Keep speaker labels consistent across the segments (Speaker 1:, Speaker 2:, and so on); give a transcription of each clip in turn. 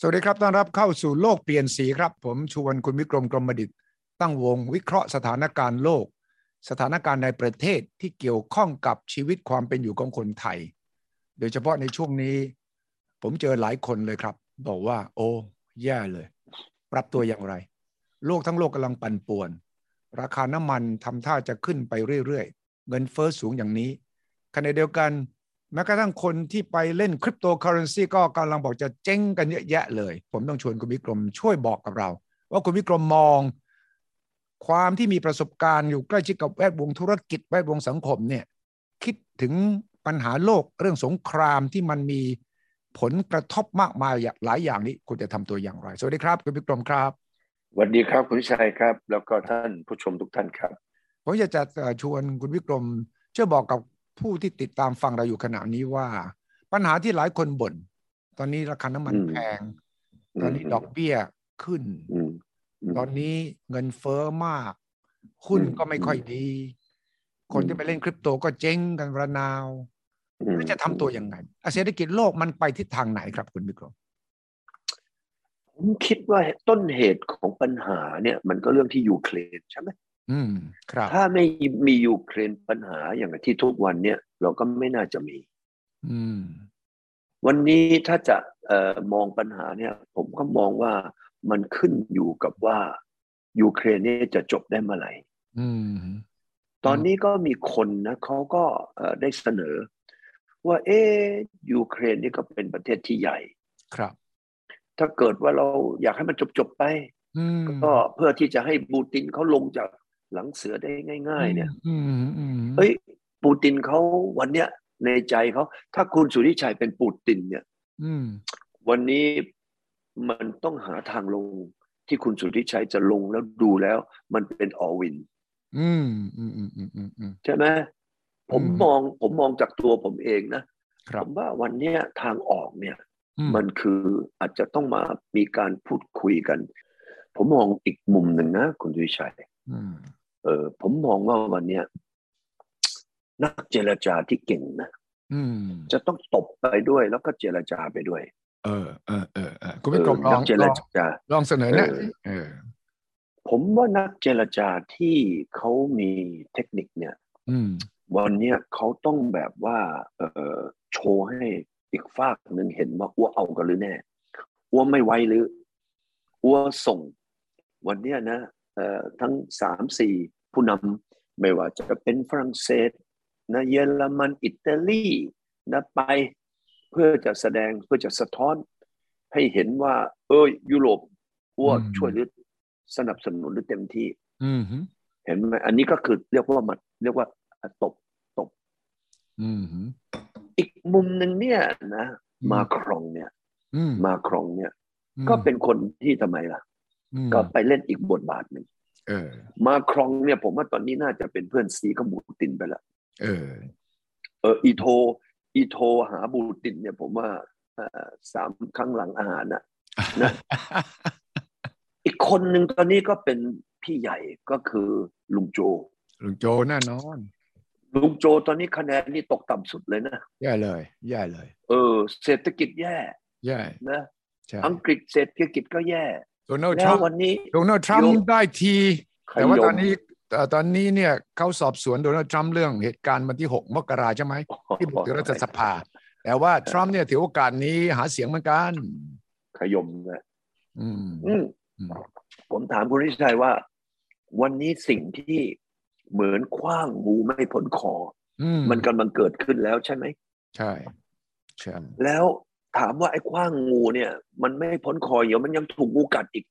Speaker 1: สวัสดีครับ ต้อนรับเข้าสู่โลกเปลี่ยนสีครับ ผมชวนคุณวิกรมกรมดิตตั้งวงวิเคราะห์สถานการณ์โลก สถานการณ์ในประเทศที่เกี่ยวข้องกับชีวิตความเป็นอยู่ของคนไทย โดยเฉพาะในช่วงนี้ ผมเจอหลายคนเลยครับ บอกว่า โอ้แย่เลย ปรับตัวอย่างไร โลกทั้งโลกกำลังปั่นป่วน ราคาน้ำมันทำท่าจะขึ้นไปเรื่อยๆ เงินเฟอ้อสูงอย่างนี้ขณะเดียวกัน แม้กระทั่งคนที่ไปเล่นคริปโตเคอเรนซีก็กำลังบอกจะเจ๊งกันเยอะแยะเลย ผมต้องชวนคุณวิกรมช่วยบอกกับเรา ว่าคุณวิกรมมอง ความที่มีประสบการณ์อยู่ใกล้ชิดกับแวดวงธุรกิจแวดวงสังคมเนี่ย คิดถึงปัญหาโลกเรื่องสงครามที่มันมีผลกระทบมากมายหลายอย่างนี้คุณจะทำตัวอย่างไร สวัสดีครับคุณวิกรมครับ
Speaker 2: สวัสดีครับ คุณวิชัยครับ แล้วก็ท่านผู้ชมทุกท่านครับ
Speaker 1: ผมอยากจะเอ่อชวนคุณวิกรมช่วยบอกกับผู้ที่ติดตามฟังเราอยู่ขณะนี้ว่า ปัญหาที่หลายคนบน่นตอนนี้ราคาน้ำมัน
Speaker 2: อืม
Speaker 1: แพง ตอนนี้ดอกเบี้ยขึ้น
Speaker 2: อืมม
Speaker 1: ตอนนี้เงินเฟ้อมาก หุ้นก็ไม่ค่อยดี คนที่ไปเล่นคริปโตก็เจ๊งกันระนาว
Speaker 2: อืม
Speaker 1: แล้วจะทำตัวยังไงอ่ะเศรษฐกิจโลกมันไปทิศทางไหนครับคุณวิกรม
Speaker 2: ผมคิดว่าต้นเหตุของปัญหาเนี่ย มันก็เรื่องที่ยูเครนใช่ไหม
Speaker 1: อืม ครับ
Speaker 2: ถ้าไม่มียูเครนปัญหาอย่างที่ทุกวันเนี่ย เราก็ไม่น่าจะมี
Speaker 1: อืม
Speaker 2: วันนี้ถ้าจะเอ่อมองปัญหาเนี่ย ผมก็มองว่ามันขึ้นอยู่กับว่ายูเครนเนี่ยจะจบได้เมื่อไหร่
Speaker 1: อืม
Speaker 2: ตอนนี้ก็มีคนนะเขาก็เอ่อได้เสนอ ว่าเอ๊ะยูเครนนี่ก็เป็นประเทศที่ใหญ่
Speaker 1: ครับ
Speaker 2: ถ้าเกิดว่าเราอยากให้มันจบๆไป
Speaker 1: อืม
Speaker 2: ก็เพื่อที่จะให้ปูตินเขาลงจากหลังเสือได้ง่าย ๆ เนี่ย
Speaker 1: อืมอืม
Speaker 2: เอ้ย ปูตินเขาวันเนี้ยในใจเขาถ้าคุณสุริชัยเป็นปูตินเนี่ย
Speaker 1: อืม
Speaker 2: วันนี้มันต้องหาทางลงที่คุณสุริชัยจะลงแล้วดูแล้ว มันเป็นออวิน
Speaker 1: อืมอืมอืมอืมอืมอืม
Speaker 2: ใช่ไหมผม
Speaker 1: อืม
Speaker 2: มองผมมองจากตัวผมเองนะครับ ผมว่าวันเนี้ยทางออกเนี่ย
Speaker 1: อื
Speaker 2: มันคืออาจจะต้องมามีการพูดคุยกัน ผมมองอีกมุมหนึ่งนะ คุณสุริชัย
Speaker 1: อืม
Speaker 2: เออผมมองว่าวันเนี้ยนักเจรจาที่เก่งนะ
Speaker 1: อืม
Speaker 2: จะต้องตบไปด้วยแล้วก็เจรจาไปด้วย
Speaker 1: เออเออเออเออคุณวิกรม
Speaker 2: เอ
Speaker 1: ล
Speaker 2: อนั
Speaker 1: อง
Speaker 2: เจ
Speaker 1: ล
Speaker 2: ร
Speaker 1: อง
Speaker 2: จา
Speaker 1: ลองเสนอแนะ
Speaker 2: เออ
Speaker 1: สิเออ
Speaker 2: ผมว่านักเจรจาที่เขามีเทคนิคเนี่ย
Speaker 1: อืม
Speaker 2: วันเนี้ยเขาต้องแบบว่า เออโชว์ให้อีกฝากหนึ่งเห็นว่าอ้วเอากันหรือแน่อ้วไม่ไว้หรืออ้วส่ง วันเนี้ยนะเอ่อทั้งสามสี่ผู้นำไม่ว่าจะเป็นฝรั่งเศสนะเยอรมันอิตาลีนะไป เพื่อจะแสดงเพื่อจะสะท้อน ให้เห็นว่า เอยยุโรปอ้ว
Speaker 1: อืม
Speaker 2: ช่วยหรือสนับสนุนหรือเต็มที่
Speaker 1: อืม
Speaker 2: เห็นไหมอันนี้ก็คือเรียกว่ามันเรียกว่าตบ
Speaker 1: อืม
Speaker 2: อีกมุมหนึ่งเนี่ยนะมาครองเนี่ย
Speaker 1: อืม
Speaker 2: มาครองเนี่ย
Speaker 1: อืม
Speaker 2: ก็เป็นคนที่ทำไมล่ะ
Speaker 1: อืม
Speaker 2: ก็ไปเล่นอีกบทบาทหนึ่ง
Speaker 1: เออ
Speaker 2: มาครองเนี่ยผมว่าตอนนี้น่าจะเป็นเพื่อนซีกับบูตินไปละ
Speaker 1: เออ
Speaker 2: เอออีโทอีโทหาบูตินเนี่ยผมว่าเอ่อสามครั้งหลังอาหารน่ะ นะ อีกคนหนึ่งตอนนี้ก็เป็นพี่ใหญ่ก็คือลุงโจ
Speaker 1: ลุงโจแน่นอน
Speaker 2: ลุงโจตอนนี้คะแนนนี่ตกต่ำสุดเลยนะ
Speaker 1: แย่เลย แย่เลย
Speaker 2: เออเศรษฐกิจแย่
Speaker 1: แย่
Speaker 2: นะ
Speaker 1: ใช่
Speaker 2: อังกฤษเศรษฐกิจก็แย่
Speaker 1: โดนัลด์ท
Speaker 2: แล้
Speaker 1: รั
Speaker 2: ว
Speaker 1: มป์
Speaker 2: วันนี้
Speaker 1: โดนัลด์ทรัม
Speaker 2: โย
Speaker 1: ป์
Speaker 2: ก
Speaker 1: ได้ที
Speaker 2: ข
Speaker 1: แต่ว่าต
Speaker 2: ย
Speaker 1: อน
Speaker 2: ม
Speaker 1: นี้เอ่อตอนนี้เนี่ยเขาสอบสวนโดนัลด์ทรัมป์เรื่องเหตุการณ์วันที่หกมกราใช่ไหม ที่บุกถึงรัฐสภา แต่ว่าทรัมป์เนี่ยถือโอกาสนี้หาเสียงเหมือนกัน
Speaker 2: ขยมนะ
Speaker 1: อืม
Speaker 2: อืม
Speaker 1: อืม
Speaker 2: ผมถามคุณริชัยว่า วันนี้สิ่งที่เหมือนคว้างงูไม่พ้นคอ
Speaker 1: อื
Speaker 2: อ
Speaker 1: ม
Speaker 2: มันกำลังเกิดขึ้นแล้วใช่ไหม
Speaker 1: ใช่ใช่
Speaker 2: แล้วถามว่าไอ้คว้างงูเนี่ย มันไม่พ้นคอเดี๋ยวมันยังถูกงูกัดอีก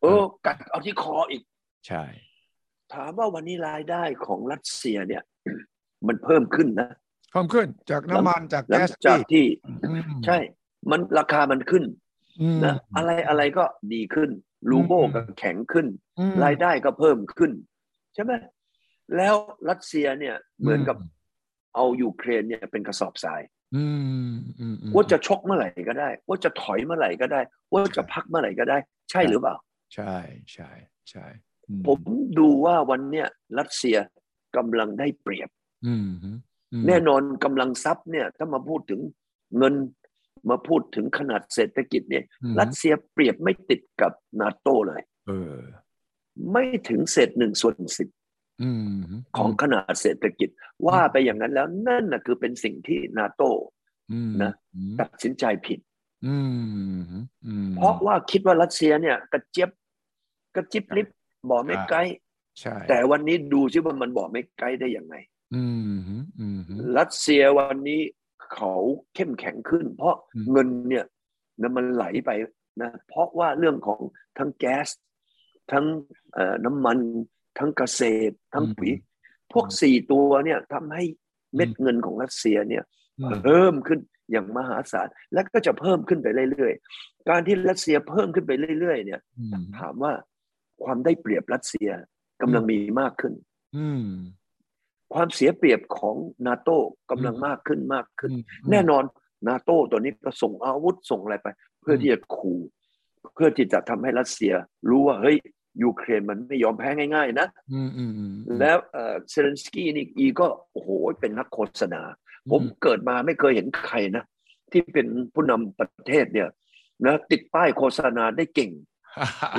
Speaker 2: เออ กัดเอาที่คออีก
Speaker 1: ใช่
Speaker 2: ถามว่าวันนี้รายได้ของรัสเซียเนี่ย มันเพิ่มขึ้นนะ
Speaker 1: เพิ่มขึ้นจากน้ำมันจาก
Speaker 2: หลั
Speaker 1: แก๊
Speaker 2: ง
Speaker 1: ส
Speaker 2: จากที่
Speaker 1: อืม
Speaker 2: ใช่ มันราคามันขึ้น
Speaker 1: อืม
Speaker 2: นะอะไรอะไรก็ดีขึ้นรูโบลก็แข็งขึ้น
Speaker 1: อืม
Speaker 2: รายได้ก็เพิ่มขึ้น ใช่ไหมแล้วรัสเซียเนี่ยเหมือนกับ
Speaker 1: อืม
Speaker 2: เอายูเครนเนี่ยเป็นกระสอบทราย
Speaker 1: อืมอืมอืม
Speaker 2: ว่าจะชกเมื่อไหร่ก็ได้ ว่าจะถอยเมื่อไหร่ก็ได้ ว่าจะพักเมื่อไหร่ก็ได้ ใช่หรือเปล่า
Speaker 1: ใช่ใช่ใช่อื
Speaker 2: ผมดูว่าวันเนี้ยรัสเซียกำลังได้เปรียบ
Speaker 1: อืมอืม
Speaker 2: แน่นอนกำลังทรัพย์เนี่ยถ้ามาพูดถึงเงิน มาพูดถึงขนาดเศรษฐกิจเนี่ย
Speaker 1: อืม
Speaker 2: รัสเซียเปรียบไม่ติดกับนาโตเลย
Speaker 1: เออ
Speaker 2: ไม่ถึงเศษหนึ่งส่วนสิบ
Speaker 1: อืม
Speaker 2: ของขนาดเศรษฐกิจ ว่าไปอย่างนั้นแล้วนั่นนะคือเป็นสิ่งที่นาโต
Speaker 1: อืม
Speaker 2: นะ
Speaker 1: อืม
Speaker 2: ตัดสินใจผิด
Speaker 1: อืมอืม
Speaker 2: เพราะว่าคิดว่ารัสเซียเนี่ยกระเจี๊ยบกระจิบลิบบ่อไม่ไกล
Speaker 1: ใช่
Speaker 2: แต่วันนี้ดูซิว่ามันบ่อไม่ไกลได้ยังไง
Speaker 1: อืมอืม
Speaker 2: รัสเซียวันนี้เขาเข้มแข็งขึ้น เพราะ
Speaker 1: อืม
Speaker 2: เงินเนี่ยนะมันไหลไปนะเพราะว่าเรื่องของทั้งแก๊ส ทั้งเอ่อน้ำมัน ทั้งเกษตร ทั้งปุ๋ยพวกสี่ตัวเนี่ยทำให้เม็ดเงินของรัสเซียเนี่ย เพิ่มขึ้นอย่างมหาศาลและก็จะเพิ่มขึ้นไปเรื่อยๆ การที่รัสเซียเพิ่มขึ้นไปเรื่อยๆ เนี่ย
Speaker 1: อืม
Speaker 2: ถามว่าความได้เปรียบรัสเซียกำลังมีมากขึ้น
Speaker 1: อืม
Speaker 2: ความเสียเปรียบของนาโต้กำลังมากขึ้นมากขึ้น แน่นอนนาโต้ตัวนี้ก็ส่งอาวุธส่งอะไรไป เพื่อที่จะขู่เพื่อที่จะทำให้รัสเซีย รู้ว่าเฮ้ยยูเครนมันไม่ยอมแพ้ง่ายๆนะ
Speaker 1: อืมอืมอืม
Speaker 2: แล้วเอ่อเซเลนสกี้นี่อีก็โอ้โหเป็นนักโฆษณา ผมเกิดมาไม่เคยเห็นใครนะ ที่เป็นผู้นำประเทศเนี่ยนะติดป้ายโฆษณาได้เก่ง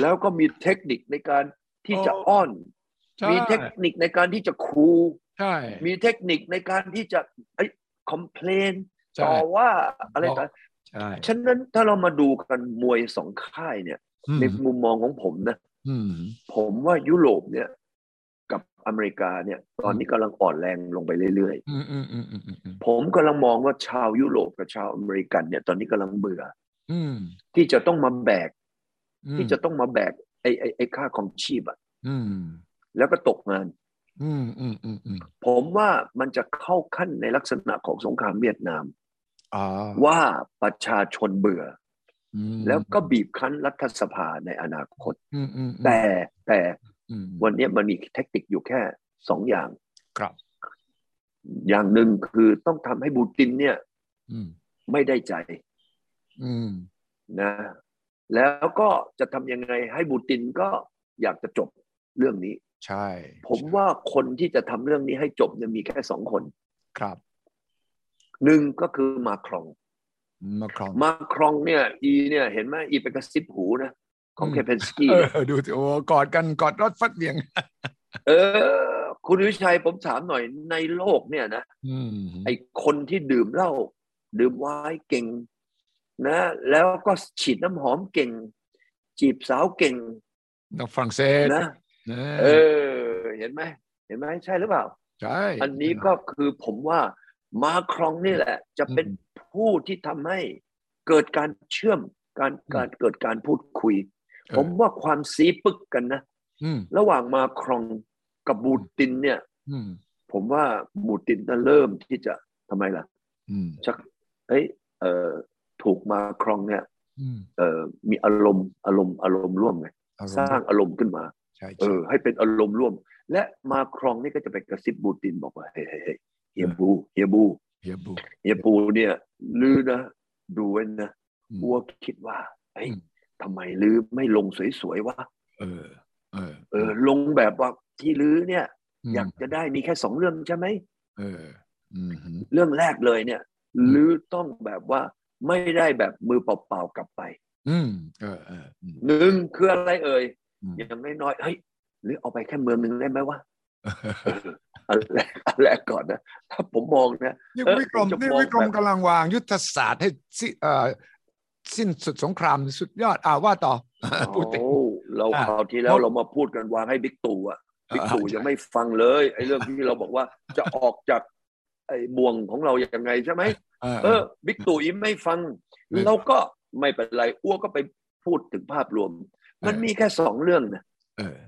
Speaker 1: แล้ว
Speaker 2: แล้วก็มีเทคนิคในการที่จะอ้อน
Speaker 1: ใช่
Speaker 2: มีเทคนิคในการที่จะคู
Speaker 1: ใช่
Speaker 2: มีเทคนิคในการที่จะไอ้คอมเพลน
Speaker 1: ใช่
Speaker 2: ต่อว่าอะไร
Speaker 1: บอก
Speaker 2: ต่าง
Speaker 1: ใช่
Speaker 2: ฉะนั้นถ้าเรามาดูกันมวยสองค่ายเนี่ย
Speaker 1: อืม
Speaker 2: ในมุมมองของผมนะ
Speaker 1: อืม
Speaker 2: ผมว่ายุโรปเนี่ย กับอเมริกาเนี่ย ตอนนี้กำลังอ่อนแรงลงไปเรื่อย
Speaker 1: อืมอืมอืมอืมอืมอืม
Speaker 2: ๆ ผมกำลังมองว่าชาวยุโรปกับชาวอเมริกันเนี่ยตอนนี้กำลังเบื่อ
Speaker 1: อืม
Speaker 2: ที่จะต้องมาแบก
Speaker 1: อืม
Speaker 2: ที่จะต้องมาแบกไอ้ไอ้ไอ้ค่าของชีพอะ
Speaker 1: อืม
Speaker 2: แล้วก็ตกงาน
Speaker 1: อืมอืมอืมอืม
Speaker 2: ผมว่ามันจะเข้าขั้นในลักษณะของสงครามเวียดนาม
Speaker 1: อ่า
Speaker 2: ว่าประชาชนเบื่อ
Speaker 1: อืม
Speaker 2: แล้วก็บีบคั้นรัฐสภาในอนาคต
Speaker 1: อืมอืมอืม
Speaker 2: แต่แต่
Speaker 1: อืม
Speaker 2: วันนี้มันมีเทคนิคอยู่แค่สองอย่าง
Speaker 1: ครับ
Speaker 2: อย่างหนึ่งคือต้องทำให้บูตินเนี่ย
Speaker 1: อืม
Speaker 2: ไม่ได้ใจ
Speaker 1: อืม
Speaker 2: นะ แล้วก็จะทำยังไงให้บูตินก็อยากจะจบเรื่องนี้
Speaker 1: ใช่
Speaker 2: ผมว่าคนที่จะทำเรื่องนี้ให้จบเนี่ยมีแค่สองคน
Speaker 1: ครับ
Speaker 2: หนึ่งก็คือมาครอง
Speaker 1: มาครอง
Speaker 2: มาครองเนี่ย อีเนี่ยเห็นไหมอีไปกระซิบหูนะของ
Speaker 1: อืม
Speaker 2: เคเปนสกี้
Speaker 1: เอ
Speaker 2: เนี่ย
Speaker 1: อดูสิโอ้กอดกันกอดรถฟัดเหวียง
Speaker 2: เออ คุณวิชัยผมถามหน่อยในโลกเนี่ยนะ
Speaker 1: อืม
Speaker 2: ไอคนที่ดื่มเหล้าดื่มไวน์เก่ง นะ แล้วก็ฉีดน้ำหอมเก่ง จีบสาวเก่ง
Speaker 1: นักฝรั่งเศส
Speaker 2: นะ
Speaker 1: นะ
Speaker 2: เออ เห็นไหมเห็นไหมใช่หรือเปล่า
Speaker 1: ใช่
Speaker 2: อันนี้ก็คือผมว่ามาครองนี่แหละ จะเป็นผู้ที่ทำให้เกิดการเชื่อมการการเกิดการพูดคุย ผมว่าความสีปึกกันนะ
Speaker 1: อืม
Speaker 2: ระหว่างมาครองกับบูตินเนี่ย
Speaker 1: อืม
Speaker 2: ผมว่าบูตินน่ะเริ่มที่จะทำไมล่ะ
Speaker 1: อืม
Speaker 2: ชักเอ้ยเออถูกมาครองเนี่ย
Speaker 1: อืม
Speaker 2: เออมีอารมณ์อารมณ์อารมณ์ร่วมไง
Speaker 1: อมณ์
Speaker 2: สร้างอารมณ์ขึ้นมา
Speaker 1: ใช่
Speaker 2: เอ
Speaker 1: ใช่
Speaker 2: อให้เป็นอารมณ์ร่วม และมาครองนี่ก็จะไปกระซิบบูตินบอกว่าเฮ้ยเฮ้ยเฮ้ยเฮียบูเฮียบู
Speaker 1: เฮียบู
Speaker 2: เฮียปูเนี่ยลือนะดูไว้นะ
Speaker 1: อืม
Speaker 2: อัวคิดว่าเฮ้ย
Speaker 1: อืม
Speaker 2: ทำไมลือไม่ลงสวยๆวะ
Speaker 1: เออ เออ
Speaker 2: เออลงแบบว่าที่ลือเนี่ย
Speaker 1: ม
Speaker 2: อยากจะได้มีแค่สองเรื่องใช่ไหม
Speaker 1: เออ อืมฮึ
Speaker 2: เรื่องแรกเลยเนี่ยหรือต้องแบบว่าไม่ได้แบบมือเปล่าๆกลับไป
Speaker 1: อืมเออเอออืม
Speaker 2: หนึ่งคืออะไรเอ่ย
Speaker 1: อืม
Speaker 2: อย่างน้อยๆเฮ้ยหรือเอาไปแค่เมืองหนึ่งได้ไหม วะเอออันแรกอันแรกก่อนนะถ้าผมมองนะ
Speaker 1: นี่
Speaker 2: เออ
Speaker 1: วิกรม
Speaker 2: ผมจะ
Speaker 1: นี่
Speaker 2: มอง
Speaker 1: วิกรม
Speaker 2: แบบ
Speaker 1: กำลังวางยุทธศาสตร์ให้สิเอ่อสิ้นสุดสงครามสุดยอดอ่าว่าต่อ พูดติ
Speaker 2: โอ้เรา
Speaker 1: อ่ะ
Speaker 2: คราวที่แล้ว
Speaker 1: เพราะ
Speaker 2: เรามาพูดกันวางให้บิ๊กตู่อะบิ๊กตู่ยัง
Speaker 1: อ่า
Speaker 2: ไม่ฟังเลยไอ้เรื่องที่เราบอกว่าจะออกจากไอ้บ่วงของเรายังไงใช่ไหม
Speaker 1: เออ
Speaker 2: เออบิ๊กตู่อิมไม่ฟัง เราก็ไม่เป็นไรอ้วก็ไปพูดถึงภาพรวม มันมีแค่สองเรื่องนะ
Speaker 1: เออ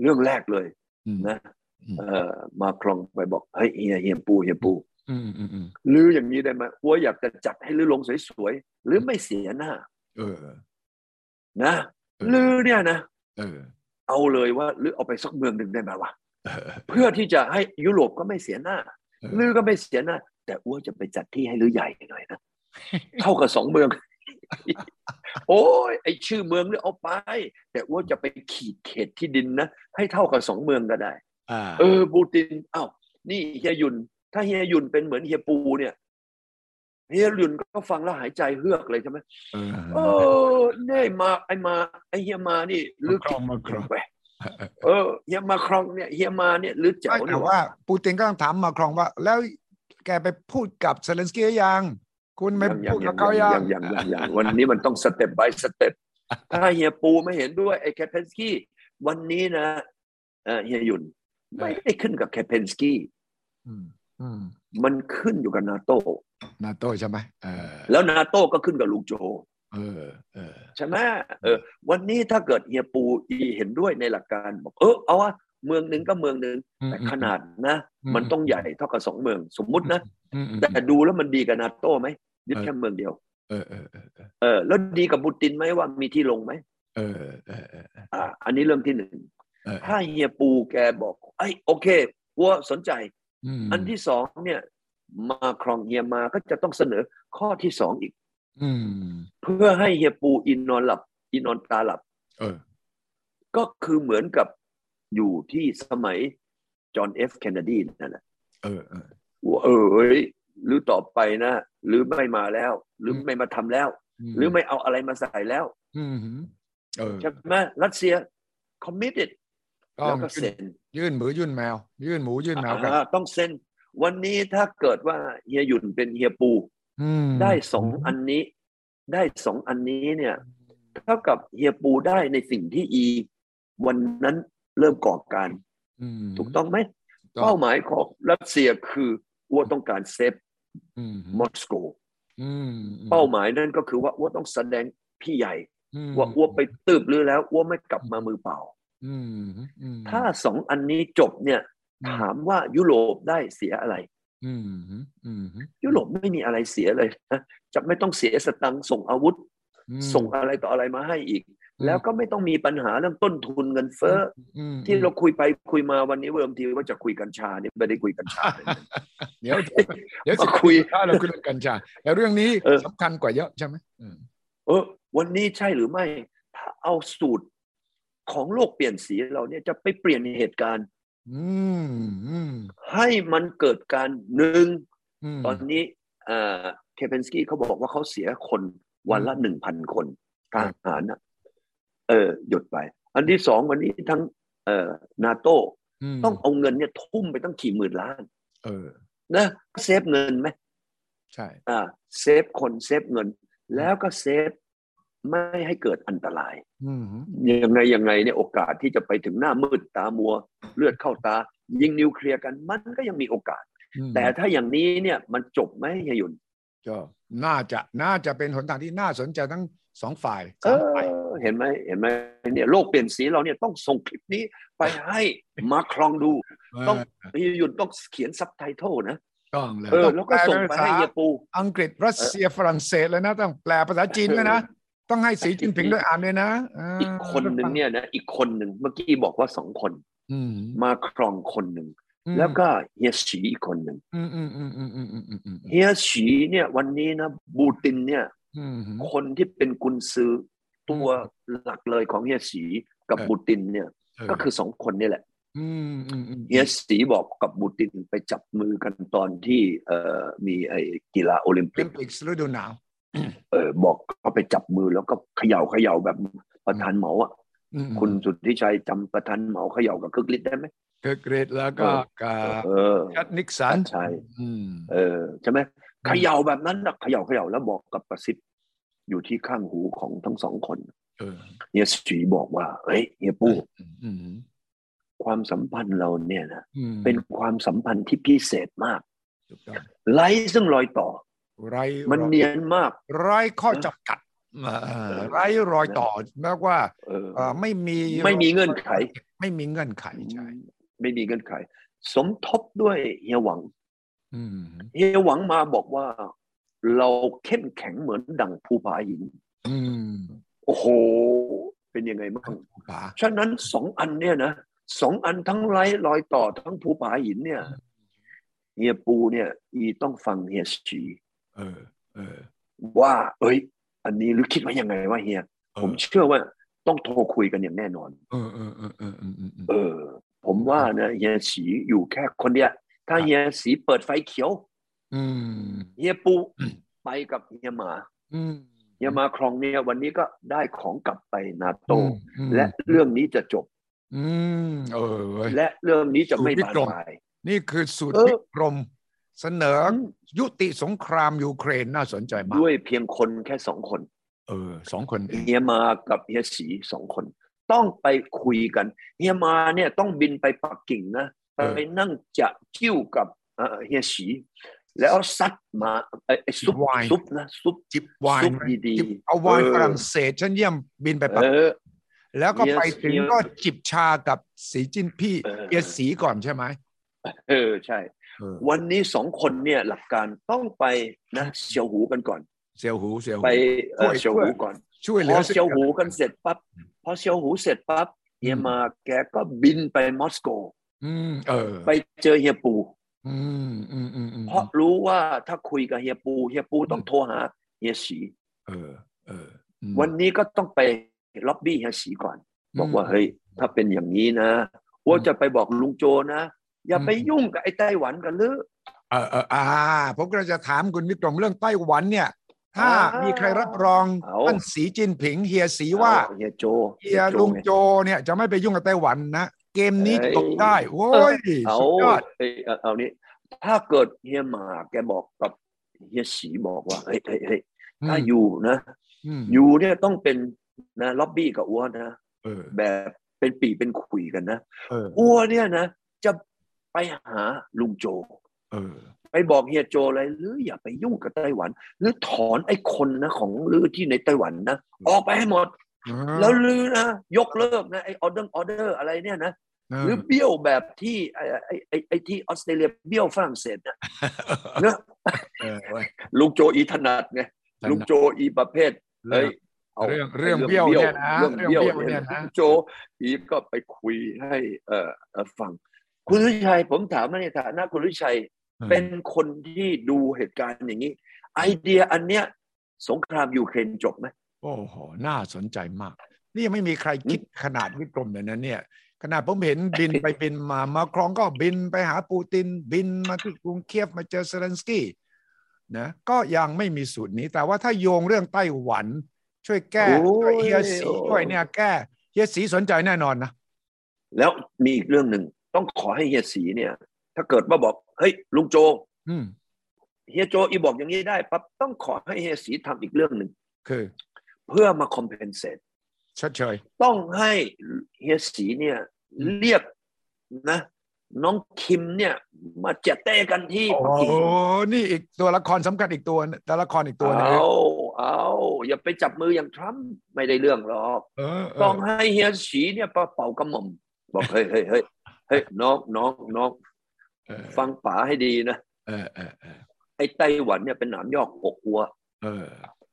Speaker 2: เรื่องแรกเลย
Speaker 1: อืม
Speaker 2: นะ
Speaker 1: อืม
Speaker 2: เออมาครองไปบอกเฮ้ยเฮียเฮียปูเฮียปู
Speaker 1: อืมอืมอืม
Speaker 2: หรืออย่างนี้ได้ไหมอ้วอยากจะจัดให้ลือลงสวยๆหรือไม่เสียหน้า
Speaker 1: เออ
Speaker 2: นะ
Speaker 1: เออ
Speaker 2: ลือเนี่ยนะ
Speaker 1: เออ
Speaker 2: เอาเลยว่าลือเอาไปสักเมืองหนึ่งได้ไหมวะ
Speaker 1: เออ
Speaker 2: เพื่อที่จะให้ยุโรปก็ไม่เสียหน้า
Speaker 1: เออ
Speaker 2: ลือก็ไม่เสียหน้า แต่อ้วจะไปจัดที่ให้ลือใหญ่หน่อยนะ เท่ากับสองเมือง โอ้ยไอชื่อเมืองเนี่ยเอาไป แต่อ้วจะไปขีดเขตที่ดินนะ ให้เท่ากับสองเมืองก็ได้
Speaker 1: อ่า
Speaker 2: เออบูตินอ้าวนี่เฮียหยุน ถ้าเฮียหยุนเป็นเหมือนเฮียปูเนี่ย เฮียหลุนก็ฟังแล้วหายใจเฮือกเลยใช่ไหม
Speaker 1: เออ
Speaker 2: เออแน่มาไอมาไอเฮียมานี่
Speaker 1: มา
Speaker 2: ลึก
Speaker 1: ครองมาครอง
Speaker 2: ไปเออเฮียมาครองเนี่ยเฮียมาเนี่ยลึกเจ๋ว
Speaker 1: ไม่
Speaker 2: เนี่
Speaker 1: แต่
Speaker 2: ย
Speaker 1: ว่าปูตินก็ต้องถามมาครองว่า แล้วแกไปพูดกับเซเลนสกี้หรือยัง คุณไม่พูดกับเขายัง
Speaker 2: ยังยังยังยังวันนี้มันต้องสเต็ป by สเต็ปถ้าเฮียปูไม่เห็นด้วยไอแคปเพนสกี้วันนี้นะเออเฮียหยุนไม่ได้ขึ้นกับแคปเพนสกี้
Speaker 1: อืมอืม
Speaker 2: มันขึ้นอยู่กับนาโต้
Speaker 1: นาโต้ใช่ไหมเออ
Speaker 2: แล้วนาโต้ก็ขึ้นกับลูกโจ
Speaker 1: เออเออ
Speaker 2: ใช่ไหมเออ วันนี้ถ้าเกิดเฮียปูอีเห็นด้วยในหลักการบอกเออเอาวะเมืองหนึ่งก็เมืองหนึ่งแต่ขนาดนะ
Speaker 1: อืม
Speaker 2: มันต้องใหญ่เท่ากับสองเมืองสมมุตินะ
Speaker 1: อืมอืม
Speaker 2: แต่ดูแล้วมันดีกับนาโต้ไหมยึดแค่เมืองเดียว
Speaker 1: เออเออเออเออ
Speaker 2: เออแล้วดีกับบูตินไหมว่ามีที่ลงไหม
Speaker 1: เออเออเออเออ
Speaker 2: อ่า อันนี้เรื่องที่หนึ่ง
Speaker 1: เออ
Speaker 2: ถ้าเฮียปูแกบอกไอ้ยโอเควัวสนใจ
Speaker 1: ม
Speaker 2: อันที่สองเนี่ย มาครองเฮียมาก็จะต้องเสนอข้อที่สองอีก
Speaker 1: อืม
Speaker 2: เพื่อให้เฮียปูอินนอนหลับอินนอนตาหลับ
Speaker 1: เออ
Speaker 2: ก็คือเหมือนกับอยู่ที่สมัยจอห์นเอฟเคนเนดีนั่นแหละ
Speaker 1: เออเออ
Speaker 2: ว่าเออเอ้ยหรือต่อไปนะ หรือไม่มาแล้ว หรือ
Speaker 1: อืม
Speaker 2: ไม่มาทำแล้ว หรือไม่เอาอะไรมาใส่แล้ว
Speaker 1: อืมเออ
Speaker 2: ใช่ไหมรัสเซีย committed
Speaker 1: ต้อ
Speaker 2: แล้ว
Speaker 1: ง
Speaker 2: ก็เซ็น
Speaker 1: ยื่นหมูยื่นแมว ยื่นหมูยื่นแมวกัน
Speaker 2: อ่าต้องเซ็น วันนี้ถ้าเกิดว่าเฮียหยุ่นเป็นเฮียปู
Speaker 1: อืม
Speaker 2: ได้สองอันนี้ ได้สองอันนี้เนี่ยเท่ากับเฮียปูได้ในสิ่งที่อี วันนั้นเริ่มก่อการ
Speaker 1: อืม
Speaker 2: ถูกต้องไหม
Speaker 1: ถูกต้อง
Speaker 2: เป้าหมายของรัสเซียคืออ้วต้องการเซฟ
Speaker 1: อืม
Speaker 2: มอสโก
Speaker 1: อืมอื
Speaker 2: เป้าหมายนั่นก็คือว่าอ้วต้องแสดงพี่ใหญ่
Speaker 1: อืม
Speaker 2: ว่าอ้วไปตืบลือแล้วอ้วไม่กลับมามือเปล่า
Speaker 1: อืมอืม
Speaker 2: ถ้าสองอันนี้จบเนี่ย ถามว่ายุโรปได้เสียอะไร
Speaker 1: อืมอืม
Speaker 2: ยุโรปไม่มีอะไรเสียเลยนะจะไม่ต้องเสียสตังค์ส่งอาวุธ
Speaker 1: อืม
Speaker 2: ส่งอะไรต่ออะไรมาให้อีก
Speaker 1: อืม
Speaker 2: แล้วก็ไม่ต้องมีปัญหาเรื่องต้นทุนเงินเฟ้ออ
Speaker 1: อืม
Speaker 2: ที่เราคุยไปคุยมาวันนี้เวิมทีว่าจะคุยกัญชาเนี่ยไม่ได้คุยกัญชาเลย
Speaker 1: เดี๋ยวเดี๋ยวสิ
Speaker 2: มาคุย
Speaker 1: ถ้าเราคุยเรื่องกัญชาแต่เรื่องนี้
Speaker 2: เออ
Speaker 1: สำคัญกว่าเยอะใช่ไหมอืม
Speaker 2: เออวันนี้ใช่หรือไม่ ถ้าเอาสูตรของโลกเปลี่ยนสีเราเนี่ยจะไปเปลี่ยนเหตุการณ์
Speaker 1: อืมอืม
Speaker 2: ให้มันเกิดการหนึ่ง
Speaker 1: อืม
Speaker 2: ตอนนี้เอ่อเคเปนสกี้เขาบอกว่าเขาเสียคนวันละหนึ่งพันคนทหารนะเออหยุดไป อันที่สองวันนี้ทั้งเอ่อนาโต้
Speaker 1: ม
Speaker 2: ต้องเอาเงินเนี่ยทุ่มไปตั้งกี่หมื่นล้าน
Speaker 1: เออ
Speaker 2: นะเซฟเงินไหม
Speaker 1: ใช่
Speaker 2: อ่าเซฟคนเซฟเงิน แล้วก็เซฟไม่ให้เกิดอันตราย
Speaker 1: อืม
Speaker 2: ยังไงยังไงเนี่ยโอกาสที่จะไปถึงหน้ามืดตามัว เลือดเข้าตา ยิงนิวเคลียร์กันมันก็ยังมีโอกาส
Speaker 1: อืม
Speaker 2: แต่ถ้าอย่างนี้เนี่ยมันจบไหมเฮียหยุน
Speaker 1: ก็น่าจะน่าจะเป็นหนทางที่น่าสนใจทั้งสองฝ่าย
Speaker 2: เอ
Speaker 1: สามฝ่าย
Speaker 2: อเห็นไหมเห็นไหมเนี่ยโลกเปลี่ยนสีเราเนี่ยต้องส่งคลิปนี้ไปให้ มาครองดู ต้อง
Speaker 1: เ
Speaker 2: เฮียหยุนต้องเขียนซับไตเติลนะ
Speaker 1: ต้องเลย
Speaker 2: เออ
Speaker 1: ต้อง
Speaker 2: แล้ว
Speaker 1: แป
Speaker 2: ก็
Speaker 1: ล
Speaker 2: ส่ง
Speaker 1: เป็น
Speaker 2: ไป
Speaker 1: ภา
Speaker 2: ให้
Speaker 1: ษา
Speaker 2: เฮียปู
Speaker 1: อังกฤษรัสเซียฝรั่งเศสเลยนะต้องแปลภาษาจีนด้วยนะ ต้องให้สีจิ้นผิงด้วยอ่านด้วยนะา
Speaker 2: อีกคนหนึ่งเนี่ยนะอีกคนหนึ่งเมื่อกี้บอกว่าสองคน
Speaker 1: อืม
Speaker 2: มาครองคนหนึ่ง
Speaker 1: อืม
Speaker 2: แล้วก็เฮียฉีอีกคนหนึ่ง
Speaker 1: อืมอืมอืมอืมอืมอืมอืมอืม
Speaker 2: เฮียฉีเนี่ยวันนี้นะบูตินเนี่ย
Speaker 1: อืม
Speaker 2: คนที่เป็นกุนซือตัวหลักเลยของเฮียสีกับ
Speaker 1: เออ
Speaker 2: บูตินเนี่ย
Speaker 1: เออ
Speaker 2: ก็คือสองคนนี่แหละ
Speaker 1: อืมอืมอืม
Speaker 2: เฮียสีบอกกับบูตินไปจับมือกันตอนที่เอ่อมีไอ้กีฬาโอลิม
Speaker 1: โอ
Speaker 2: ปิ
Speaker 1: ลิ
Speaker 2: ก
Speaker 1: มปิกฤดูหนาว
Speaker 2: เออบอกเขาไปจับมือแล้วก็เขย่าเขย่าแบบประธานเหมาอ่ะ
Speaker 1: อืม
Speaker 2: คุณสุทธิชัยจำประธานเหมาเขย่ากับคึกฤทธิ์ได้ไหม
Speaker 1: เกิร์กเรดแล้วก็ก
Speaker 2: เออ
Speaker 1: ับ
Speaker 2: เออ
Speaker 1: ชัดนิกสัน
Speaker 2: ใช่
Speaker 1: อืม
Speaker 2: เออใช่ไหมเขย่าแบบนั้นนะเขย่าเขย่าแล้วบอกกับประสิทธิ์อยู่ที่ข้างหูของทั้งสองคน
Speaker 1: เออ
Speaker 2: เฮียสีบอกว่าเฮ้ยเฮียปู
Speaker 1: อืม
Speaker 2: ความสัมพันธ์เราเนี่ยนะ
Speaker 1: อืม
Speaker 2: เป็นความสัมพันธ์ที่พิเศษมาก
Speaker 1: ถูกต้อง
Speaker 2: ไร้ซึ่งรอยต่อ
Speaker 1: ไร
Speaker 2: มัน
Speaker 1: รอ
Speaker 2: เนียนมาก
Speaker 1: ไร้ข้อ
Speaker 2: นะ
Speaker 1: จำกัดเอ่อ
Speaker 2: เออ
Speaker 1: ไร้รอยต่อแม้ว่า
Speaker 2: เออ
Speaker 1: เอ่อไม่มี
Speaker 2: ไม่มีเงื่อนไข
Speaker 1: ไม่มีเงื่อนไขใช่
Speaker 2: ไม่มีเงื่อนไข สมทบด้วยเฮียหวัง
Speaker 1: อืม
Speaker 2: เฮียหวังมาบอกว่า เราเข้มแข็งเหมือนดังภูผาหิน
Speaker 1: อืม
Speaker 2: โอ้โห เป็นยังไงบ้าง
Speaker 1: ป่า
Speaker 2: ฉะนั้นสองอันเนี่ยนะสองอันทั้งไร้รอยต่อทั้งภูผาหินเนี่ยเฮียปูเนี่ย อีต้องฟังเฮียชี
Speaker 1: เออ เออ
Speaker 2: ว่า เอ้ย อันนี้หรือคิดว่ายังไงว่าเฮีย
Speaker 1: เออ
Speaker 2: ผมเชื่อว่าต้องโทรคุยกันอย่างแน่นอน
Speaker 1: เออเออเออเออเออเออเออ
Speaker 2: เออ ผมว่านะเฮียสีอยู่แค่คนเดียวถ้าเฮียสีเปิดไฟเขียว
Speaker 1: อืม
Speaker 2: เฮียปู ไปกับเฮียหมา
Speaker 1: อืม
Speaker 2: เฮียหมาครองเนี่ยวันนี้ก็ได้ของกลับไปนาโต
Speaker 1: อืม
Speaker 2: และเรื่องนี้จะจบ
Speaker 1: อืมเออเว้ย
Speaker 2: และเรื่องนี้จะไม่
Speaker 1: สู่วิ
Speaker 2: บาน
Speaker 1: กฤต
Speaker 2: ปลาย
Speaker 1: นี่คือสูตร
Speaker 2: เอ
Speaker 1: วิ
Speaker 2: อ
Speaker 1: กรม เสนอ
Speaker 2: อืม
Speaker 1: ยุติสงครามยูเครนน่าสนใจมาก
Speaker 2: ด้วยเพียงคนแค่สองคน
Speaker 1: เออสองคนเอง
Speaker 2: เฮียมากับเฮียสีสองคน ต้องไปคุยกันเฮียมาเนี่ยต้องบินไปปักกิ่งนะไปนั่งจะจิ้วกับเอ่อเฮียสีแล้วซัดมาไอ้ไอ้ซุป
Speaker 1: วาย
Speaker 2: ซุปนะซุป
Speaker 1: จิบวาย
Speaker 2: ซุปดีๆ
Speaker 1: จิบเอาวาย
Speaker 2: เออ
Speaker 1: ฝรั่งเศสฉันเยี่ยมบินไปปัก
Speaker 2: เออ
Speaker 1: แล้วก็ไป
Speaker 2: เฮีย
Speaker 1: ถึง
Speaker 2: เฮีย
Speaker 1: ก็จิบชากับสีจิ้นพี่
Speaker 2: เออ
Speaker 1: เอียสีก่อนใช่ไหม
Speaker 2: เออใช่
Speaker 1: เออ
Speaker 2: วันนี้สองคนเนี่ยหลักการต้องไปนะเชียวหูกันก่อน
Speaker 1: เซียวหูเซียวหู
Speaker 2: ไปเอ่อ
Speaker 1: ช่วย
Speaker 2: เชียวหูก่อน
Speaker 1: ช่วยเหลื
Speaker 2: พ
Speaker 1: อ
Speaker 2: อ
Speaker 1: ซึ่ง
Speaker 2: เชียวหูกัน
Speaker 1: และ
Speaker 2: เสร็จปั๊บพอเชียวหูเสร็จปั๊บเฮียมาแกก็บินไปมอสโก
Speaker 1: อืมเออ
Speaker 2: ไปเจอเฮียปู
Speaker 1: อืมอืมอืมอืม
Speaker 2: เพราะรู้ว่าถ้าคุยกับเฮียปูเฮียปูต้องโทรหาเฮียสี
Speaker 1: เออเอออืม
Speaker 2: วันนี้ก็ต้องไปล็อบบี้เฮียสีก่อน บอกว่าเฮ้ยถ้าเป็นอย่างนี้นะว่าจะไปบอกลุงโจนะ อย่าไปยุ่งกับไอ้ไต้หวันกันเลย
Speaker 1: เออเอออ่า ผมก็จะถามคุณวิกรมเรื่องไต้หวันเนี่ย ถ้า
Speaker 2: อ่ามี
Speaker 1: มีใครรับรอง
Speaker 2: เอา
Speaker 1: ท่านสีจิ้นผิงเฮียสีว่า
Speaker 2: เฮียโจ
Speaker 1: เฮียลุง
Speaker 2: ไ
Speaker 1: โจเนี่ยจะไม่ไปยุ่งกับไต้หวันนะเกมนี้
Speaker 2: เอ้ย
Speaker 1: จบได้โว้ย
Speaker 2: เอา
Speaker 1: สุดยอด
Speaker 2: เอ้ยเอาเอานี้ถ้าเกิดเฮียหมาแกบอกกับเฮียสีบอกว่าเฮ้ยเฮ้ยเฮ้ยถ้าอยู่นะ
Speaker 1: อืม
Speaker 2: อยู่เนี่ยต้องเป็นนะล็อบบี้กับอ้วนนะ
Speaker 1: เออ
Speaker 2: แบบเป็นปีเป็นขุยกันนะ
Speaker 1: เออ
Speaker 2: อ้วเนี่ยนะ จะไปหาลุงโจ
Speaker 1: เออ
Speaker 2: ไปบอกเฮียโจอะไรหรืออย่าไปยุ่งกับไต้หวัน หรือถอนไอ้คนนะของลือที่ในไต้หวันนะ ออกไปให้หมด แล้วลือนะยกเลิกนะไอ้ออเดอร์ออเดอร์อะไรเนี่ยนะหรือเบี้ยวแบบที่ไอ้ไอ้ไอ้ไอ้ที่ออสเตรเลียเบี้ยวฝรั่งเศสนะเนอะ
Speaker 1: เออเว้ย
Speaker 2: ลุงโจอีถนัดไงลุงโจอีประเภท
Speaker 1: เรื่
Speaker 2: เอ้
Speaker 1: อย ง
Speaker 2: า
Speaker 1: เรื่องเรื่องเบี้ยวเนี่ยนะ
Speaker 2: เรื่องเบี้ยวเนี่ย
Speaker 1: นะ
Speaker 2: โจอีฟก็ไปคุยให้เอ่อเอ่อฟัง คุณลุชัยผมถามว่าในฐานะคุณลุชัยเป็นคนที่ดูเหตุการณ์อย่างนี้ ไอเดียอันเนี้ยสงครามยูเครนจบไหม
Speaker 1: โอ้โหน่าสนใจมาก นี่ยังไม่มีใครคิดขนาดวิกรมเลยนะเนี่ย ขนาดผมเห็น บินไปบินมามาครองก็บินไปหาปูติน บินมาที่กรุงเคียฟมาเจอเซเลนสกี้นะก็ยังไม่มีสูตรนี้ แต่ว่าถ้าโยงเรื่องไต้หวัน ช่วยแก้
Speaker 2: โอ้ย
Speaker 1: ช่วยเฮียสีช่วยเนี่ยแก้เฮียสีสนใจแน่นอนนะ
Speaker 2: แล้วมีอีกเรื่องหนึ่งต้องขอให้เฮียสีเนี่ย ถ้าเกิดว่าบอกเฮ้ยลุงโจ
Speaker 1: อืม
Speaker 2: เฮียโจอีบอกอย่างนี้ได้ปั๊บต้องขอให้เฮียสีทำอีกเรื่องหนึ่ง
Speaker 1: คือ
Speaker 2: เพื่อมาคอมเพนเซต
Speaker 1: ชดเชย
Speaker 2: ต้องให้เฮียสีเนี่ย
Speaker 1: อืม
Speaker 2: เรียกนะ น้องคิมเนี่ย มาเจเต้กันที่
Speaker 1: โอ้
Speaker 2: ปักกิ่ง
Speaker 1: โหนี่อีกตัวละครสำคัญอีกตัวนะตัวละครอีกตัวหนึง
Speaker 2: เอาเอาอย่าไปจับมืออย่างทรัมป์ไม่ได้เรื่องหรอก
Speaker 1: เออเออ
Speaker 2: ต้องให้เฮียฉีเนี่ยปาเป่ากระหม่อมบอกเฮ้ยเฮ้ยเฮ้ยเฮ้ยน้องน้องน้อง
Speaker 1: เออ
Speaker 2: ฟังป๋าให้ดีนะ
Speaker 1: เออเออเออ
Speaker 2: ไอ้ไต้หวันเนี่ยเป็นหนามยอกหกอัว
Speaker 1: เออ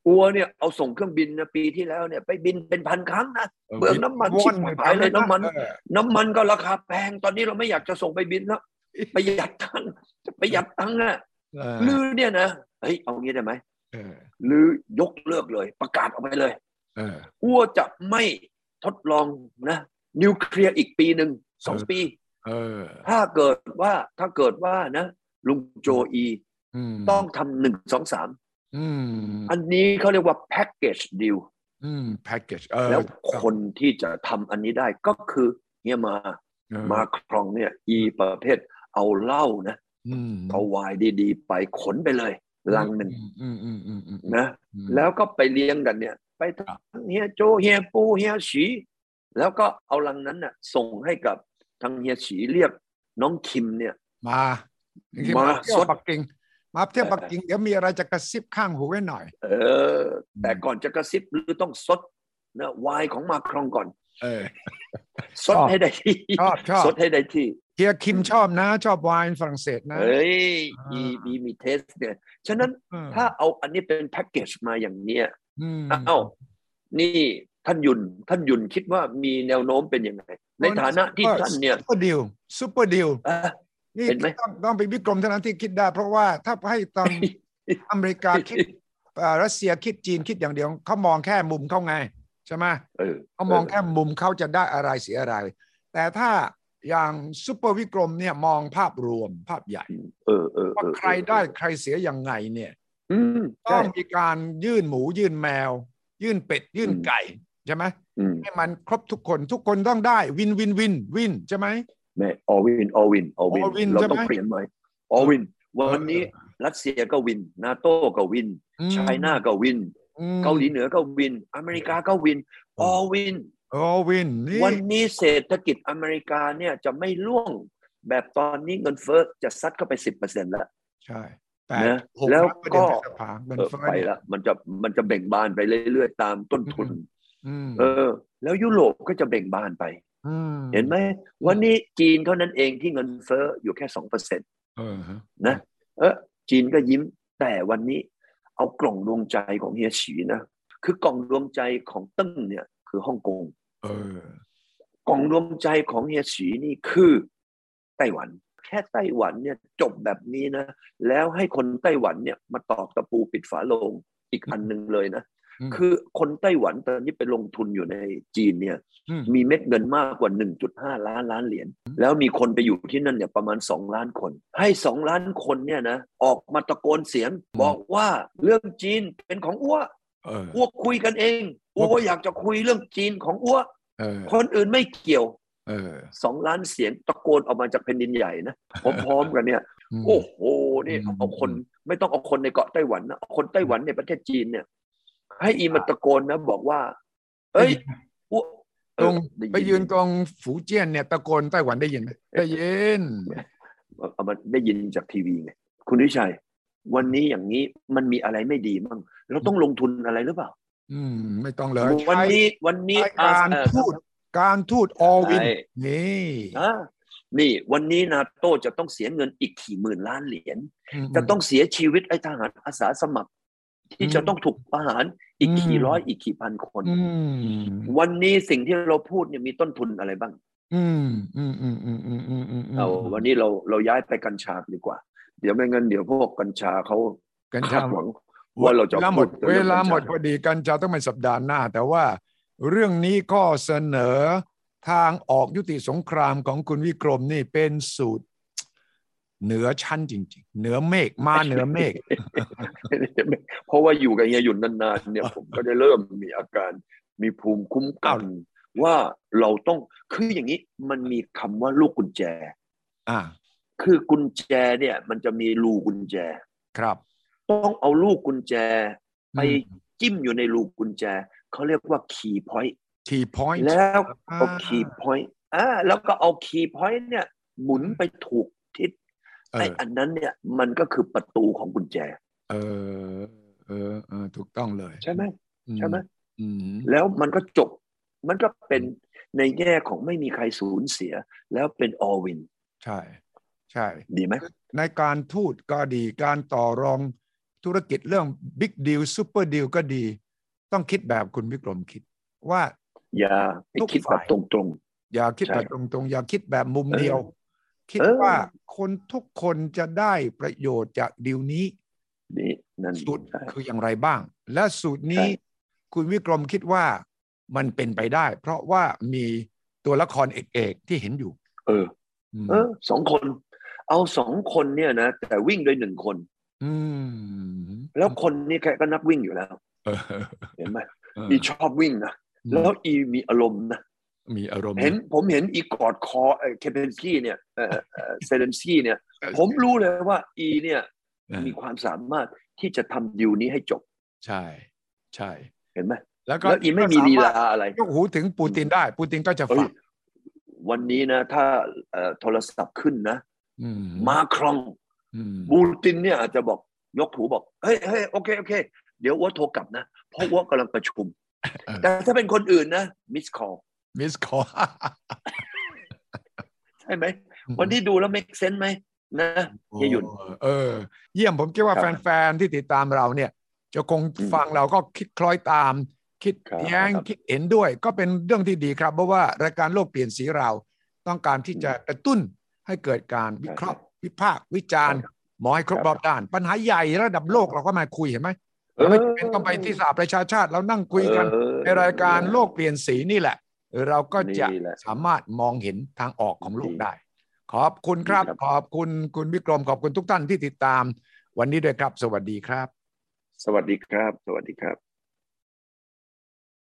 Speaker 2: อัวเนี่ยเอาส่งเครื่องบินนะปีที่แล้วเนี่ยไปบินเป็นพันครั้งนะ เปลืองน้ำมันชิบหายเลยน้ำมัน
Speaker 1: เออ
Speaker 2: น้ำมันก็ราคาแพงตอนนี้เราไม่อยากจะส่งไปบินแล้วประหยัดตังค์จะประหยัดตังค์นะ
Speaker 1: เออ
Speaker 2: ลือเนี่ยนะเฮ้ยเอางี้ได้ไหม
Speaker 1: เออ
Speaker 2: ลือยกเลิกเลย ประกาศออกไปเลย
Speaker 1: เออ
Speaker 2: อ้วจะไม่ทดลองนะ นิวเคลียร์อีกปีหนึ่งสอง
Speaker 1: เออ
Speaker 2: ปี
Speaker 1: เออ
Speaker 2: ถ้าเกิดว่าถ้าเกิดว่านะ ลุงโจอี
Speaker 1: อืม
Speaker 2: ต้องทำหนึ่งสองสาม
Speaker 1: อืม
Speaker 2: อันนี้เขาเรียกว่าแพ็กเกจดีล
Speaker 1: อืมแพ็กเกจเออ
Speaker 2: แล้วคนที่จะทำอันนี้ได้ก็คือเฮียมา
Speaker 1: เออ
Speaker 2: มาครองเนี่ย อีประเภทเอาเหล้านะ
Speaker 1: อืม
Speaker 2: เอาไวายดีๆ ไปขนไปเลยลังหนึ่ง
Speaker 1: อืมอืมอืมอืม
Speaker 2: นะ
Speaker 1: อืม
Speaker 2: แล้วก็ไปเลี้ยงกันเนี่ย ไป
Speaker 1: ครับ
Speaker 2: ทั้งเฮียโจเฮียปูเฮียฉีแล้วก็เอาลังนั้นน่ะส่งให้กับทางเฮียฉีเรียกน้องคิมเนี่ย
Speaker 1: มา
Speaker 2: มา
Speaker 1: เที่ย
Speaker 2: ส
Speaker 1: ว
Speaker 2: ด
Speaker 1: ปักกิ่งมาเที่ยวปักกิ่งเดี๋ยวมีอะไรจะกระซิบข้างหูไว้หน่อย
Speaker 2: เออ แต่ก่อนจะกระซิบหรือต้องซดนะวายของมาครองก่อน
Speaker 1: เออ
Speaker 2: ซดให้ได้ที่
Speaker 1: ชอบชอบ
Speaker 2: ซดให้ได้ที่
Speaker 1: เฮียคิมชอบนะ ชอบไวน์ฝรั่งเศสนะ
Speaker 2: เอ้ย
Speaker 1: อ่า
Speaker 2: อีมีมีเทสเนี่ยฉะนั้น
Speaker 1: เออ
Speaker 2: ถ้าเอาอันนี้เป็นแพ็กเกจมาอย่างเนี้ย
Speaker 1: อืม
Speaker 2: เอ้านี่ท่านยุนท่านยุนคิดว่ามีแนวโน้มเป็นยังไง ในฐานะที่ท่านเนี่ย
Speaker 1: ซูเปอร์ดิลซูเปอร์ดิล
Speaker 2: เอ่อ
Speaker 1: นี่
Speaker 2: เห็นไหม
Speaker 1: ต้องต้องเป็นวิกรมเท่านั้นที่คิดได้ เพราะว่าถ้าให้ต อน อเมริกาคิดเอ่อรัสเซียคิดจีนคิดอย่างเดียวเขามองแค่มุมเขาไง ใช่ไหม
Speaker 2: เออ
Speaker 1: เขามองแค่มุมเขาจะได้อะไรเสียอะไร แต่ถ้าอย่างซูเปอร์วิกรมเนี่ยมองภาพรวมภาพใหญ่
Speaker 2: เออเออเอ
Speaker 1: ว่า
Speaker 2: อ
Speaker 1: ใครได้ใครเสียยังไงเนี่ย
Speaker 2: อืม
Speaker 1: ต้
Speaker 2: ใช่
Speaker 1: องมีการยื่นหมูยื่นแมว ยื่นเป็ด ยื่น
Speaker 2: อืม
Speaker 1: ไก่ ใช่ไหม
Speaker 2: อืม
Speaker 1: ให้มันครบทุกคนทุกคนต้องได้วินวินวินวินใช่ไหม
Speaker 2: แม่ออวินออวินออวิน
Speaker 1: all win
Speaker 2: เรา
Speaker 1: ใช่ไหม
Speaker 2: ต้องเปลี่ยนใหม่ออวิน วันนี้รัสเซียก็วิน นาโต้ก็วิน
Speaker 1: อืม
Speaker 2: ไชน่าก็วิน
Speaker 1: อืม
Speaker 2: เกาหลีเหนือก็วิน อเมริกาก็วินออวิน
Speaker 1: โอ้วินนี่
Speaker 2: วันนี้เศรษฐกิจอเมริกาเนี่ยจะไม่ล่วง แบบตอนนี้เงินเฟ้อจะซัดเข้าไปสิบเปอร์เซ็นต์แล้ว
Speaker 1: ใช่แต่
Speaker 2: นะ
Speaker 1: หก
Speaker 2: แล้ว
Speaker 1: ครับประเด็น
Speaker 2: ก็
Speaker 1: พฤษภาเงิน
Speaker 2: เออ
Speaker 1: เฟ้อ
Speaker 2: ไป
Speaker 1: เนี่ย
Speaker 2: ละมันจะมันจะเบ่งบานไปเรื่อยๆ ตามต้นทุน
Speaker 1: อืม อืม
Speaker 2: เออ แล้วยุโรปก็จะเบ่งบานไป
Speaker 1: ม
Speaker 2: เห็นไหมวันนี้จีนเท่านั้นเองที่เงินเฟ้ออยู่แค่สองเปอร์เซ็นต์
Speaker 1: เออฮะ
Speaker 2: นะเออจีนก็ยิ้มแต่วันนี้เอากล่องดวงใจของเฮียฉีนะคือกล่องดวงใจของตึ้งเนี่ยคือฮ่องกง
Speaker 1: เออก
Speaker 2: ล่องดวงใจของเฮียฉีนี่คือไต้หวัน แค่ไต้หวันเนี่ยจบแบบนี้นะ แล้วให้คนไต้หวันเนี่ยมาตอกตะปูปิดฝาโลงอีกอันหนึ่งเลยนะ
Speaker 1: ม
Speaker 2: คือคนไต้หวันตอนนี้ไปลงทุนอยู่ในจีนเนี่ย
Speaker 1: ม
Speaker 2: มีเม็ดเงินมากกว่า 1.5 ล้านล้านเหรียญ แล้วมีคนไปอยู่ที่นั่นเนี่ยประมาณ 2 ล้านคน ให้ 2 ล้านคนเนี่ยนะออกมาตะโกนเสียง บอกว่าเรื่องจีนเป็นของอ้ว
Speaker 1: เออ
Speaker 2: อ้วคุยกันเองอ้วอยากจะคุยเรื่องจีนของอ้ว
Speaker 1: เออ
Speaker 2: คนอื่นไม่เกี่ยว
Speaker 1: เออ
Speaker 2: 2 ล้านเสียงตะโกนออกมาจากแผ่นดินใหญ่นะพร้อมๆกัน เนี่ย
Speaker 1: ม
Speaker 2: โอ้โหนี่
Speaker 1: อืม
Speaker 2: เอาคนไม่ต้องเอาคนในเกาะไต้หวันนะเอาคนไต้หวันในประเทศจีนเนี่ย ให้อีมันตะโกนนะ บอกว่า เอ้ย อ้วเอ
Speaker 1: ตร
Speaker 2: อง ด้
Speaker 1: ไปยืนตรงฝูเจี้ยนเนี่ยตะโกนไต้หวันได้ยินไหมได้ยิน
Speaker 2: เอามาได้ยินจากทีวีไงคุณวิชัย วันนี้อย่างนี้มันมีอะไรไม่ดีมั่งเราต้องลงทุนอะไรหรือเปล่า
Speaker 1: อืม ไม่ต้องเลย
Speaker 2: วัน
Speaker 1: ใช้
Speaker 2: นี้วันนี้
Speaker 1: ใช้การ
Speaker 2: เอ่อ
Speaker 1: ทูตการทูตออวิน
Speaker 2: ใช่
Speaker 1: นี่
Speaker 2: อ่านี่วันนี้นาโต้จะต้องเสียเงินอีกกี่หมื่นล้านเหรียญ
Speaker 1: ม
Speaker 2: จะต้องเสียชีวิตไอ้ทหารอาสาสมัคร ที่
Speaker 1: อืม
Speaker 2: จะต้องถูกประหารอีกกี่
Speaker 1: อืม
Speaker 2: ร้อยอีกกี่พันคน
Speaker 1: อืม
Speaker 2: วันนี้สิ่งที่เราพูดเนี่ยมีต้นทุนอะไรบ้าง
Speaker 1: อืมอืมอืมอืมอืมอืมอืม
Speaker 2: เอาวันนี้เราเราย้ายไปกัญชาดีกว่า เดี๋ยวไม่งั้นเดี๋ยวพวกกัญชาเขา
Speaker 1: กัญ
Speaker 2: คา
Speaker 1: ชา
Speaker 2: ดหวัง
Speaker 1: ว
Speaker 2: ว่าเราจะ
Speaker 1: ลาหมด
Speaker 2: พู
Speaker 1: เว
Speaker 2: รื่อง
Speaker 1: ลา
Speaker 2: กัญช
Speaker 1: หมดพอดีกัญชาต้องเป็นสัปดาห์หน้า แต่ว่าเรื่องนี้ก็เสนอทางออกยุติสงครามของคุณวิกรมนี่เป็นสูตร เหนือชั้นจริง ๆ เหนือเมฆมาเหนือเมฆ
Speaker 2: เพราะว่าอยู่กับเฮียหยุ่นนานๆเนี่ยผมก็ได้เริ่มมีอาการมีภูมิคุ้มกัน ว่าเราต้องคืออย่างนี้มันมีคำว่าลูกกุญแจ
Speaker 1: อ่า
Speaker 2: คือกุญแจเนี่ย มันจะมีรูกุญแจ
Speaker 1: ครับ
Speaker 2: ต้องเอาลูกกุญแจ ไป
Speaker 1: อืม
Speaker 2: จิ้มอยู่ในรูกุญแจ เขาเรียกว่า key point
Speaker 1: ทีพอยต์
Speaker 2: แล้ว
Speaker 1: อ่า
Speaker 2: เอา key point อ่าแล้วก็เอา key point เนี่ย หมุนไปถูกทิศ
Speaker 1: เอ
Speaker 2: ไอ้
Speaker 1: อ
Speaker 2: อันนั้นเนี่ยมันก็คือประตูของกุญแจ
Speaker 1: เออเออเออถูกต้องเลย
Speaker 2: ใช่ไหม
Speaker 1: อื
Speaker 2: ใช่ไหม
Speaker 1: อืม
Speaker 2: แล้วมันก็จบ มันก็เป็นในแง่ของไม่มีใครสูญเสีย แล้วเป็น all win
Speaker 1: ใช่ ใช่
Speaker 2: ดีไหม
Speaker 1: ในการทูตก็ดีการต่อรองธุรกิจเรื่องบิ๊กดีลซูเปอร์ดีลก็ดี ต้องคิดแบบคุณวิกรมคิด ว่า
Speaker 2: อย่าไป
Speaker 1: ทุก
Speaker 2: คิดแบบ
Speaker 1: ฝ่าย
Speaker 2: ตรง
Speaker 1: อย่าคิด
Speaker 2: ใช่
Speaker 1: แบบตรงๆ อย่าคิดแบบมุม
Speaker 2: เออ
Speaker 1: เดียว คิด
Speaker 2: เออ
Speaker 1: ว่าคนทุกคนจะได้ประโยชน์จากดีลนี้
Speaker 2: ๆนี่นั่น
Speaker 1: สูตร
Speaker 2: ใช่
Speaker 1: คืออย่างไรบ้าง และสูตรนี้
Speaker 2: ใช่
Speaker 1: คุณวิกรมคิดว่ามันเป็นไปได้ เพราะว่ามีตัวละครเอกๆที่เห็นอยู่
Speaker 2: เออ
Speaker 1: อืม
Speaker 2: เออสองคน เอาสองคนเนี่ยนะแต่วิ่งโดยหนึ่งคน
Speaker 1: ม
Speaker 2: แล้วคนนี้แกก็นักวิ่งอยู่แล้ว
Speaker 1: เออ
Speaker 2: เห็นไหม
Speaker 1: เออ
Speaker 2: อีชอบวิ่งนะแล้วอีมีอารมณ์นะ
Speaker 1: มีอารมณ์
Speaker 2: เห็นผมเห็นอีกอดคอเอ่อเคเปนซี่เนี่ยเอ่อเอ่อเซเลนซี่เนี่ย ผมรู้เลยว่าอีเนี่ย
Speaker 1: เออ
Speaker 2: มีความสามารถที่จะทำดิวนี้ให้จบ
Speaker 1: ใช่ใช่
Speaker 2: เห็นไหม
Speaker 1: แล้วก็
Speaker 2: แล้วอีไม่มีลีลาอะไร
Speaker 1: ยกหูถึงปูตินได้ ปูตินก็จะ
Speaker 2: เอ้
Speaker 1: ฟั
Speaker 2: ย
Speaker 1: ง
Speaker 2: วันนี้นะ ถ้าเอ่อโทรศัพท์ขึ้นนะ
Speaker 1: อื
Speaker 2: มาครอง
Speaker 1: อืม
Speaker 2: บูตินเนี่ยอาจจะบอกยกหูบอกเฮ้ยเฮ้ยโอเคโอเค เดี๋ยวอ้ว่าโทรกลับนะ เพราะอ้ว่ากำลังประชุม แต่ถ้าเป็นคนอื่นนะมิสคอล
Speaker 1: มิสคอล
Speaker 2: ใช่ไหม วันนี้ดูแล้วไม่เซนไหมนะ เฮียหยุ่น
Speaker 1: เออ เยี่ยมผมคิดว่า
Speaker 2: ครับ
Speaker 1: แฟนๆ ที่ติดตามเราเนี่ย จะคง
Speaker 2: อืม
Speaker 1: ฟังเราก็คิดคล้อยตาม คิด
Speaker 2: ครับ
Speaker 1: แย้ง
Speaker 2: ครับ
Speaker 1: คิดเห็นด้วย ก็เป็นเรื่องที่ดีครับ เพราะว่ารายการโลกเปลี่ยนสีเรา ต้องการที่จะกระตุ้นให้เกิดการวิเคราะห์วิพากษ์วิจารณ์หมอให้ครบ
Speaker 2: ครับ
Speaker 1: รอบด้าน ปัญหาใหญ่ระดับโลกเราก็มาคุยเห็นไหม
Speaker 2: ออ
Speaker 1: เราไม่จำเป็นต้องไปที่สหประชาชาติเรานั่งคุยกัน
Speaker 2: เออ
Speaker 1: ในรายการโลกเปลี่ยนสีนี่แหละ เราก็จะ
Speaker 2: นี่แหละ
Speaker 1: สามารถมองเห็นทางออกของโลก
Speaker 2: ดี
Speaker 1: ได้ ขอบคุณครับ
Speaker 2: ดีครับ
Speaker 1: ขอบคุณคุณวิกรมขอบคุณทุกท่านที่ติดตาม วันนี้ด้วยครับ สวัสดีครับ
Speaker 2: สวัสดีครับ สวัสดีครับ